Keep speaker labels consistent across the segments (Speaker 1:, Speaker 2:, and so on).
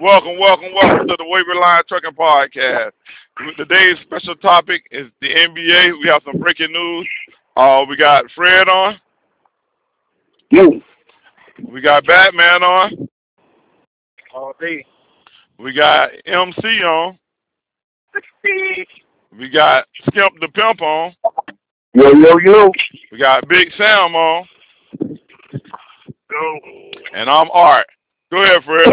Speaker 1: Welcome, welcome, welcome to the Waverly Line Trucking Podcast. Today's special topic is the NBA. We have some breaking news. Uh, we got Fred on.
Speaker 2: Yo.
Speaker 1: We got Batman on.
Speaker 2: All day.
Speaker 1: We got MC on. We got Skimp the Pimp on.
Speaker 2: Yo, yo, yo.
Speaker 1: We got Big Sam on.
Speaker 2: Yo.
Speaker 1: And I'm Art. Go ahead, Fred.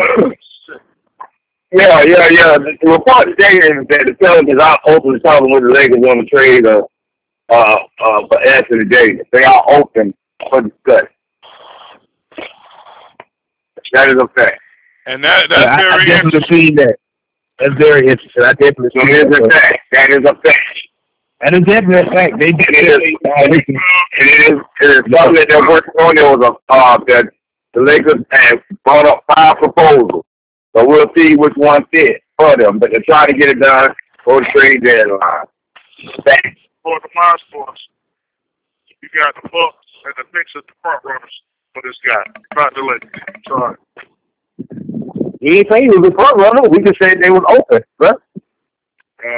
Speaker 2: yeah, yeah, yeah. The, the report today is that the Pelicans are open talking with the Lakers on the trade of uh, uh, for Anthony Davis. They are open for discussion. That is a fact.
Speaker 1: And that that's
Speaker 3: Yeah, I, I
Speaker 1: very
Speaker 3: definitely
Speaker 1: interesting.
Speaker 3: seen that. That's very interesting. I definitely
Speaker 2: That
Speaker 3: seen
Speaker 2: is a
Speaker 3: that.
Speaker 2: fact. That is a fact.
Speaker 3: And it's definitely a fact. They
Speaker 2: It is.
Speaker 3: did.
Speaker 2: And it is, it is something that they're working on. There was a uh, that the Lakers had brought up five proposals, so we'll see which one fits for them. But they're trying to get it done for the trade deadline. Thanks.
Speaker 4: for the mind sports, you got the Bucks and the Knicks as the front runners for this guy. Not the Lakers. Sorry.
Speaker 2: He ain't say he was a front runner. We just said they was open, bro.
Speaker 4: Uh,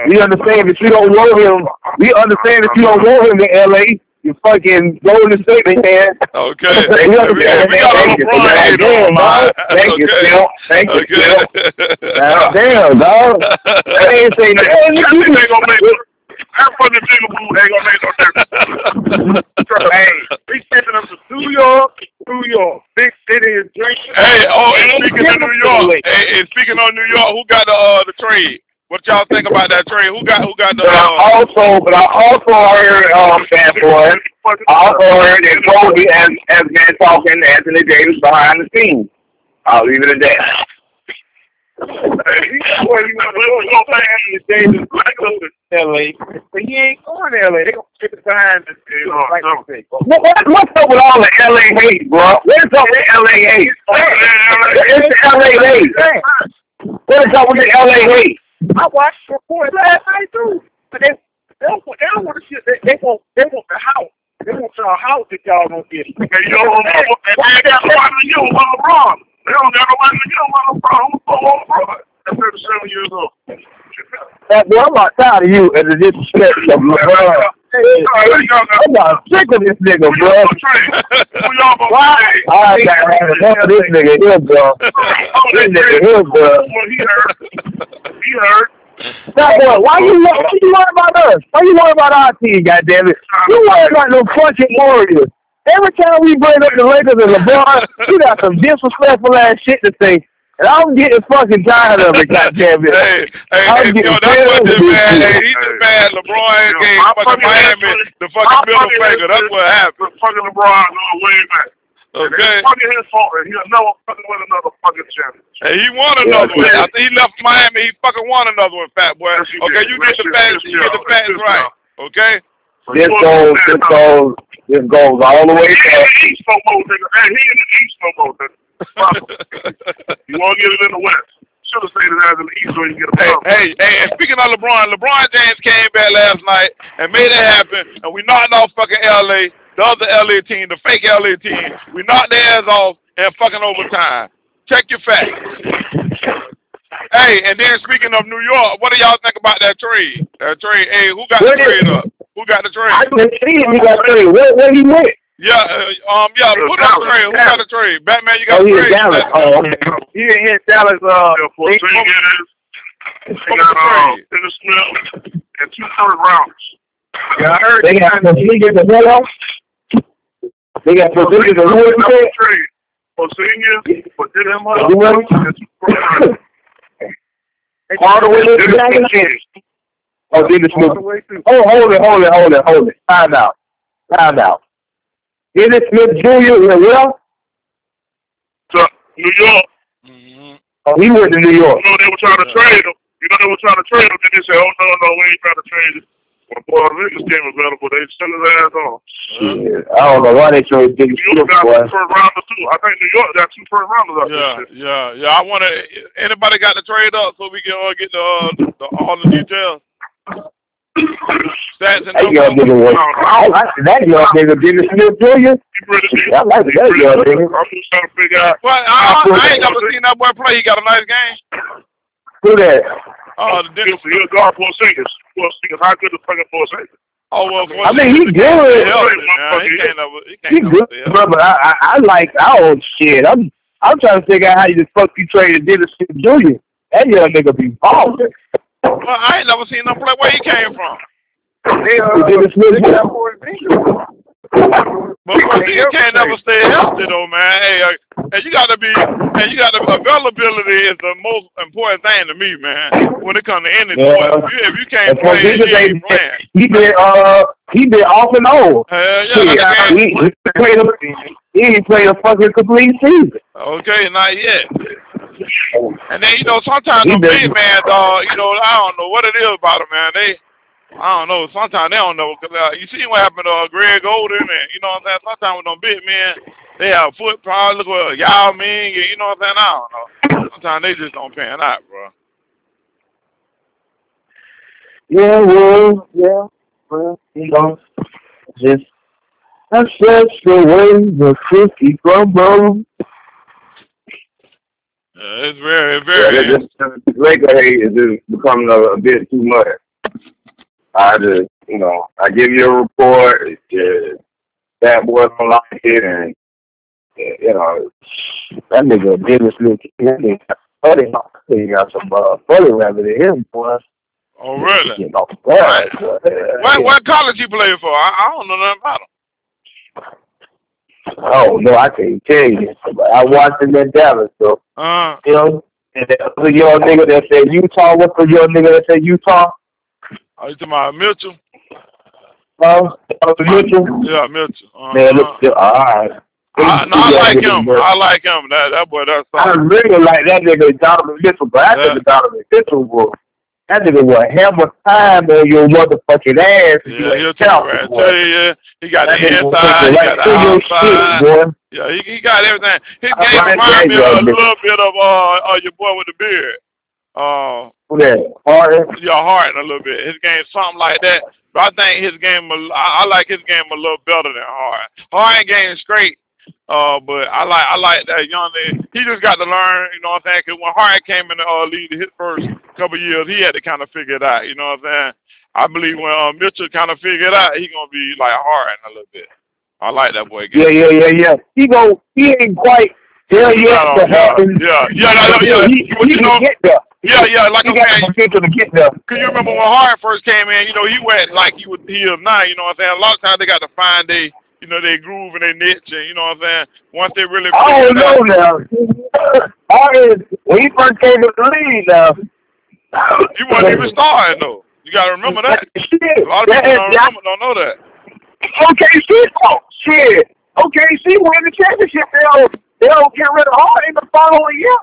Speaker 2: We understand that you don't know him. We understand that you don't know him in L.A. You fucking Golden State, man.
Speaker 1: Okay.
Speaker 2: Hey,
Speaker 1: We,
Speaker 2: we
Speaker 1: we got a
Speaker 2: understand.
Speaker 1: LeBron hater on line.
Speaker 2: Thank you,
Speaker 1: Okay. Uh,
Speaker 2: Phil. Thank you, Phil.
Speaker 1: Okay.
Speaker 2: Damn, dog. That ain't say nothing.
Speaker 4: that nigga ain't gonna make Everyone in Big Blue ain't gonna make no difference. hey, we sending them to New York, New York. Big city is drinking.
Speaker 1: Hey, oh, and speaking of New York, hey, and speaking on New York, who got the uh the trade? What y'all think about that trade? Who got who got the?
Speaker 2: But I
Speaker 1: Uh,
Speaker 2: also, but I also heard um, that one. I also heard that Kobe has, has been talking to Anthony Davis behind the scenes. I'll leave it at that. Oh, What, what, what's up with all the LA hate, bro? What's up with LA hate? It's the LA hate. What's up with the LA hate?
Speaker 4: I watched the report last night too. But they they don't, they don't want to shit. They, they want they want the house. They want y'all house if y'all don't get it. Hey, yo, and they got nobody to you, Mama Brown. They don't got nobody to you, Mama Brown. Who's
Speaker 2: oh,
Speaker 4: so Mama Brown? I'm 37 years old.
Speaker 2: That, boy, I'm not tired of you and the disrespect of LeBron. I'm not sick of this nigga, bro.
Speaker 4: Why?
Speaker 2: I got enough of this nigga here, bro. This nigga here, bro.
Speaker 4: Well, he heard. He heard.
Speaker 2: That boy, why you why you worry about us? Why you worry about our team, goddamn it? You worry about no fucking Warriors. Every time we bring up the Lakers and LeBron, you got some disrespectful ass shit to say. And I'm getting fucking tired of it, goddamn it.
Speaker 1: Hey, hey, hey,
Speaker 2: I'm
Speaker 1: yo,
Speaker 2: getting
Speaker 1: that's what this
Speaker 2: fed up with
Speaker 1: man,
Speaker 2: this
Speaker 1: hey,
Speaker 2: shit.
Speaker 1: he just mad LeBron
Speaker 4: Yo,
Speaker 1: gave
Speaker 4: my
Speaker 1: fucking
Speaker 4: fucking
Speaker 1: Miami
Speaker 4: husband-
Speaker 1: the
Speaker 4: my
Speaker 1: fucking middle
Speaker 4: fucking
Speaker 1: finger. That's
Speaker 4: husband-
Speaker 1: what happened,
Speaker 4: The fucking LeBron on way back. And
Speaker 1: okay?
Speaker 4: It's fucking his fault, and he'll never fucking win another fucking championship.
Speaker 1: Hey, he won another
Speaker 2: Yeah,
Speaker 1: one.
Speaker 2: yeah.
Speaker 1: After he left Miami, he fucking won another one, fat boy.
Speaker 4: Yes, he did.
Speaker 1: Okay, you
Speaker 4: Yes,
Speaker 1: did the
Speaker 4: yes,
Speaker 1: facts,
Speaker 4: yes,
Speaker 1: you did the
Speaker 4: yeah.
Speaker 1: facts
Speaker 4: Yes,
Speaker 1: right, okay?
Speaker 4: So
Speaker 2: This
Speaker 4: you
Speaker 2: goes,
Speaker 4: understand
Speaker 2: this
Speaker 4: how-
Speaker 2: goes, this goes all the
Speaker 4: He
Speaker 2: way
Speaker 4: ain't in
Speaker 2: back.
Speaker 4: the East no more, nigga. Hey, he in the East no more, nigga. Problem. You want to get it in the West. Should have stayed it as in the East so you can get a
Speaker 1: Hey,
Speaker 4: problem.
Speaker 1: hey, hey, and speaking of LeBron, LeBron James came back last night and made it happen, and we knocked off fucking LA, the other LA team, the fake LA team. We knocked their ass off in fucking overtime. Check your facts. Hey, and then speaking of New York, what do y'all think about that trade? That trade, hey, who got the
Speaker 2: What is-
Speaker 1: trade up? Who got the
Speaker 2: I
Speaker 1: trade?
Speaker 2: didn't see him. He got three. Where, where he went?
Speaker 1: Yeah, uh, um, yeah, who got the trade? Who got the trade? Batman, you got
Speaker 2: Oh,
Speaker 1: the
Speaker 2: he in
Speaker 1: trade?
Speaker 2: Dallas. Oh, okay.
Speaker 4: He ain't hit Dallas. Uh, for three years. They got uh, Dennis Smith and two third rounders.
Speaker 2: I heard they got Porzingis and Melo. They got Porzingis and Melo. you said?
Speaker 4: trade for seniors, for Dennis
Speaker 2: You know?
Speaker 4: Miller, and two third rounders.
Speaker 2: Hardaway Smith.
Speaker 4: Dennis Smith.
Speaker 2: Oh, Dennis Smith. Oh, hold it, hold it, hold it, hold it. Time out. Time out. Dennis Smith Jr. went well?
Speaker 4: to New York.
Speaker 1: Mhm.
Speaker 2: Oh, he went to New York.
Speaker 4: You know they were trying to trade him. You know they were trying to trade him. Then they said, "Oh no, no, we ain't trying to trade him." When Puerto Rico's came available, they sent his ass on.
Speaker 2: Shit. I don't know why they chose Dennis
Speaker 4: New
Speaker 2: Smith,
Speaker 4: York got
Speaker 2: boy.
Speaker 4: two first rounders too. I think New York got two first rounders out
Speaker 1: Yeah,
Speaker 4: there.
Speaker 1: yeah, yeah. I want to. Anybody got the trade up so we can uh, get the, uh, the all the details? Stats and
Speaker 2: That young
Speaker 1: numbers.
Speaker 2: nigga was. I like that young nigga Dennis Smith Jr. I like that young nigga.
Speaker 4: I'm just trying to figure out.
Speaker 1: But I, I ain't never seen that boy play. He got a nice game.
Speaker 2: Who that?
Speaker 1: Oh, the Dennis.
Speaker 4: Dennis, you're guard for a second. For a second. How good is fucking for a second?
Speaker 1: Oh well. for-
Speaker 2: I mean, he
Speaker 1: Yeah,
Speaker 2: good.
Speaker 1: nah, he can't never. He
Speaker 2: He
Speaker 1: can't
Speaker 2: good,
Speaker 1: never.
Speaker 2: bro, but I, I, I like our own shit. I'm I'm trying to figure out how you the fuck you traded Dennis Smith Jr. That young nigga be balling.
Speaker 1: Well, I ain't never seen him play. Where he came from?
Speaker 2: Who Dennis Smith Jr.
Speaker 1: But but you can't never stay healthy though, man. Hey, uh, and you gotta be, and you gotta availability is the most important thing to me, man. When it comes to any
Speaker 2: Yeah.
Speaker 1: sport, if you, if you
Speaker 2: And
Speaker 1: can't
Speaker 2: for
Speaker 1: play,
Speaker 2: his
Speaker 1: you
Speaker 2: day,
Speaker 1: ain't playing.
Speaker 2: he been uh he been off and on.
Speaker 1: Hell yeah,
Speaker 2: Shit,
Speaker 1: like I said,
Speaker 2: he, he played a, he ain't played a fucking complete season.
Speaker 1: Okay, not yet. And then you know sometimes
Speaker 2: He
Speaker 1: the
Speaker 2: does.
Speaker 1: big man, dog. You know I don't know what it is about them, man. They, I don't know. Sometimes they don't know. 'Cause, uh, you see what happened to uh, Greg Golden, and you know what I'm saying. Sometimes with them big men, they have foot problems with Yao Ming, and you know what I'm saying. I don't know. Sometimes they just don't pan out, bro.
Speaker 2: Yeah, well, yeah, well, you know, just that's just the way the cookie crumbles.
Speaker 1: Uh, it's very,
Speaker 3: Yeah,
Speaker 1: very.
Speaker 3: just, just Laker hate is just becoming a, a bit too much. I just, you know, I give you a report. It's just, that boy don't like it, and uh, you know,
Speaker 2: That nigga Dennis Smith, that nigga funny, he got some uh, funny rabbit in him, boy.
Speaker 1: oh, really?
Speaker 2: Shit, off the guard, boy.
Speaker 1: What what college you play for? I, I don't know nothing about him.
Speaker 2: Oh no, I can't tell you. But I watched him at Dallas, so
Speaker 1: Uh,
Speaker 2: you know. And that other young nigga that said Utah, what's the young nigga that said Utah?
Speaker 1: are you talking about Mitchell?
Speaker 2: Uh,
Speaker 1: Uh-huh.
Speaker 2: Utah.
Speaker 1: Yeah, Mitchell. Uh,
Speaker 2: Man, look, yeah, all right.
Speaker 1: I, Uh, no, I
Speaker 2: Yeah,
Speaker 1: like
Speaker 2: nigga,
Speaker 1: him.
Speaker 2: bro.
Speaker 1: I like hhim. That that boy, that's
Speaker 2: I
Speaker 1: solid.
Speaker 2: really like that nigga Donovan Mitchell, but I think
Speaker 1: Yeah.
Speaker 2: Donovan Mitchell was that nigga was hammer time on your motherfucking ass. if you
Speaker 1: Yeah, he'll
Speaker 2: ain't
Speaker 1: tell you,
Speaker 2: careful,
Speaker 1: right.
Speaker 2: boy.
Speaker 1: tell you, yeah. He got
Speaker 2: That
Speaker 1: the
Speaker 2: nigga will
Speaker 1: inside,
Speaker 2: take
Speaker 1: he
Speaker 2: you
Speaker 1: got
Speaker 2: right
Speaker 1: the
Speaker 2: through your
Speaker 1: outside.
Speaker 2: shit, boy.
Speaker 1: Yeah, he, he got everything. His
Speaker 2: I
Speaker 1: game
Speaker 2: like
Speaker 1: reminds
Speaker 2: that
Speaker 1: me a
Speaker 2: young nigga.
Speaker 1: little bit of uh, uh your boy with the beard. Uh,
Speaker 2: Who that? Harden?
Speaker 1: your heart a little bit. His game something like that. But I think his game, a- I, I like his game a little better than Hard. Hard game straight. Uh, but I like I like that young man. He just got to learn, you know what I'm saying? 'Cause when Hard came in the uh, league his first couple years, he had to kind of figure it out. You know what I'm saying? I believe when uh, Mitchell kind of figured it out, he gonna be like Hard a little bit. I like that boy.
Speaker 2: Yeah,
Speaker 1: Game.
Speaker 2: yeah, yeah, yeah. He go he ain't quite there yet
Speaker 1: yeah,
Speaker 2: to happen.
Speaker 1: yeah, yeah, no, no, yeah,
Speaker 2: He,
Speaker 1: But
Speaker 2: he
Speaker 1: you know,
Speaker 2: can get there.
Speaker 1: yeah, yeah. Like
Speaker 2: He
Speaker 1: I'm
Speaker 2: got
Speaker 1: saying,
Speaker 2: the potential to get there.
Speaker 1: Cause you remember when Hart first came in, you know, he went like he would he is now, you know what I'm saying? A lot of times they got to find they you know, they groove and they niche and you know what I'm saying? Once they really
Speaker 2: I don't
Speaker 1: figure it out-
Speaker 2: know now. Harden, when he first came to the league, now
Speaker 1: you weren't even starting though. You gotta remember that.
Speaker 2: Shit,
Speaker 1: A lot of
Speaker 2: that
Speaker 1: people
Speaker 2: is
Speaker 1: don't
Speaker 2: not
Speaker 1: remember don't know that.
Speaker 2: okay. She oh, shit. Okay, she won the championship. They'll they'll get rid of Harden the following year.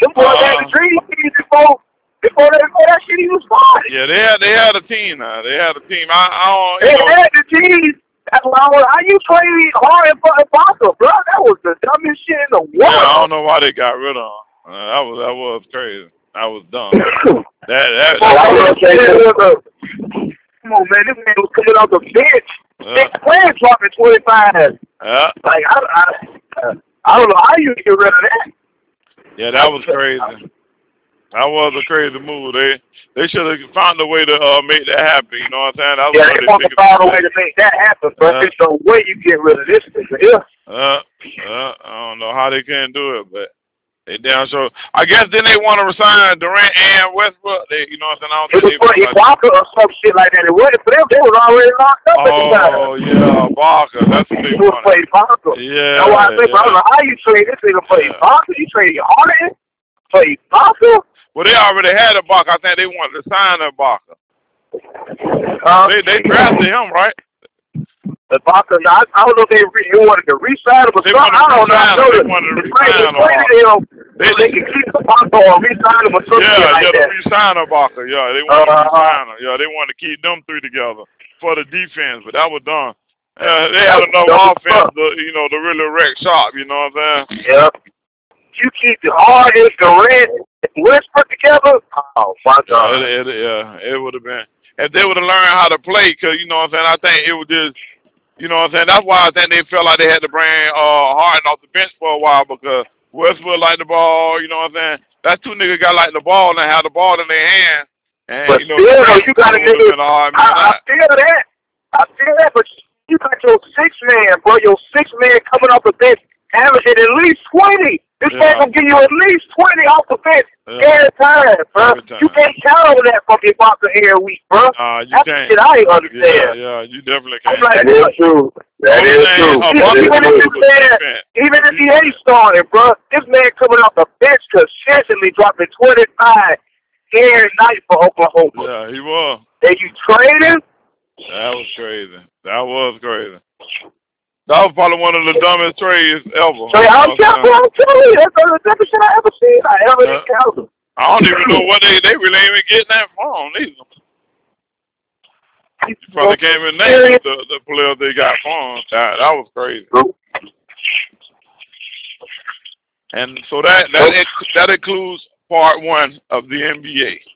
Speaker 2: Them boys
Speaker 1: Uh-uh.
Speaker 2: had the dream team before before that, before that shit even started.
Speaker 1: Yeah, they had they had a team now. They had a team. I, I don't
Speaker 2: They
Speaker 1: you know
Speaker 2: had the team. That's why I was, how you played Harden for Ibaka, bro? That was the dumbest shit in the world.
Speaker 1: yeah, I don't know why they got rid of him. Uh, that was that was crazy. That was dumb. That that,
Speaker 2: Oh, I
Speaker 1: that
Speaker 2: was saying, Come on, man, this man was coming off the bench.
Speaker 1: yeah,
Speaker 2: Six players dropping 25.
Speaker 1: yeah,
Speaker 2: Like, I, I, I don't know how you get rid of that.
Speaker 1: yeah, that was crazy. That was a crazy move. They they should have found a way to uh, make that happen. You know what I'm saying? That was
Speaker 2: Yeah,
Speaker 1: what
Speaker 2: they
Speaker 1: they
Speaker 2: want to
Speaker 1: figured-
Speaker 2: find a way to make that happen, but
Speaker 1: Uh.
Speaker 2: there's no way you get rid of this nigga. Yeah.
Speaker 1: Uh, uh, I don't know how they couldn't do it, but they down. So I guess then they want to resign Durant and Westbrook. They, you know what I'm
Speaker 2: It
Speaker 1: saying?
Speaker 2: was
Speaker 1: I don't
Speaker 2: for
Speaker 1: think they.
Speaker 2: Ibaka or some shit like that. It wasn't for them. They was already locked up at the time.
Speaker 1: Oh yeah, Barker. That's what they
Speaker 2: It was for
Speaker 1: wanted.
Speaker 2: Ibaka.
Speaker 1: Yeah.
Speaker 2: That's why I say, bro, I don't
Speaker 1: yeah.
Speaker 2: know how you trade this nigga for
Speaker 1: Yeah.
Speaker 2: Ibaka. You trade Harden for Ibaka?
Speaker 1: Well, they already had a Barker. I think they wanted to sign a Barker.
Speaker 2: Uh,
Speaker 1: They they drafted him, right?
Speaker 2: Ibaka, I, I don't know if they, re- they wanted to re-sign him or
Speaker 1: They
Speaker 2: something. I don't
Speaker 1: wanted to resign him.
Speaker 2: know. I know
Speaker 1: They
Speaker 2: that-
Speaker 1: wanted to resign him.
Speaker 2: They traded him
Speaker 1: They-
Speaker 2: so they could keep Ibaka or re-sign him or some shit
Speaker 1: Yeah, yeah,
Speaker 2: like
Speaker 1: the
Speaker 2: that.
Speaker 1: re-sign of Barker. Yeah, they wanted to
Speaker 2: Uh-huh.
Speaker 1: re-sign him. Yeah, they wanted to keep them three together for the defense, but that was done. Uh, they had enough
Speaker 2: That was
Speaker 1: offense, to, you know, to really wreck shop. You know what I'm saying?
Speaker 2: Yep. You keep the hardest, the red, Westbrook together. Oh my
Speaker 1: Yeah,
Speaker 2: god.
Speaker 1: it, it, yeah, it would have been. if they would have learned how to play, because you know what I'm saying, I think it would just, you know what I'm saying. That's why I think they felt like they had to bring uh Harden off the bench for a while because Westwood liked the ball. You know what I'm saying. That's two niggas got like the ball and had the ball in their hand. And,
Speaker 2: But
Speaker 1: you know,
Speaker 2: still,
Speaker 1: Westbrook
Speaker 2: you gotta
Speaker 1: would've
Speaker 2: get-
Speaker 1: been a hard man
Speaker 2: I, I
Speaker 1: out.
Speaker 2: feel that. I feel that, but you got your six man, bro. Your six man coming off the bench, averaging at least twenty. This
Speaker 1: Yeah.
Speaker 2: man gonna give you at least twenty off the bench
Speaker 1: Yeah.
Speaker 2: every time, bro.
Speaker 1: Every time.
Speaker 2: You can't count on that fucking boxer every week, bro.
Speaker 1: Nah, you
Speaker 2: That's the
Speaker 1: can't.
Speaker 2: shit I ain't understand.
Speaker 1: Yeah, yeah, you definitely
Speaker 2: I'm
Speaker 1: can't.
Speaker 2: like,
Speaker 3: That is true. That
Speaker 1: I'm
Speaker 3: is
Speaker 1: saying,
Speaker 3: true.
Speaker 1: uh,
Speaker 2: Even-
Speaker 3: That is
Speaker 1: Buffalo
Speaker 2: even if
Speaker 3: true.
Speaker 2: this man, even if he ain't starting, bro, this man coming off the bench consistently dropping twenty five every night for Oklahoma.
Speaker 1: Yeah, he was.
Speaker 2: And you trade him?
Speaker 1: That was crazy. That was crazy. That was probably one of the dumbest trades ever.
Speaker 2: So yeah, I'm
Speaker 1: You know what I'm
Speaker 2: telling you,
Speaker 1: saying?
Speaker 2: I'm telling you, that's the dumbest shit I ever seen. I ever
Speaker 1: Yeah.
Speaker 2: encountered.
Speaker 1: I don't even know what they they really even getting that from either.
Speaker 2: He's
Speaker 1: Probably can't even name the the players they got from. That that was crazy. And so that that that includes part one of the NBA.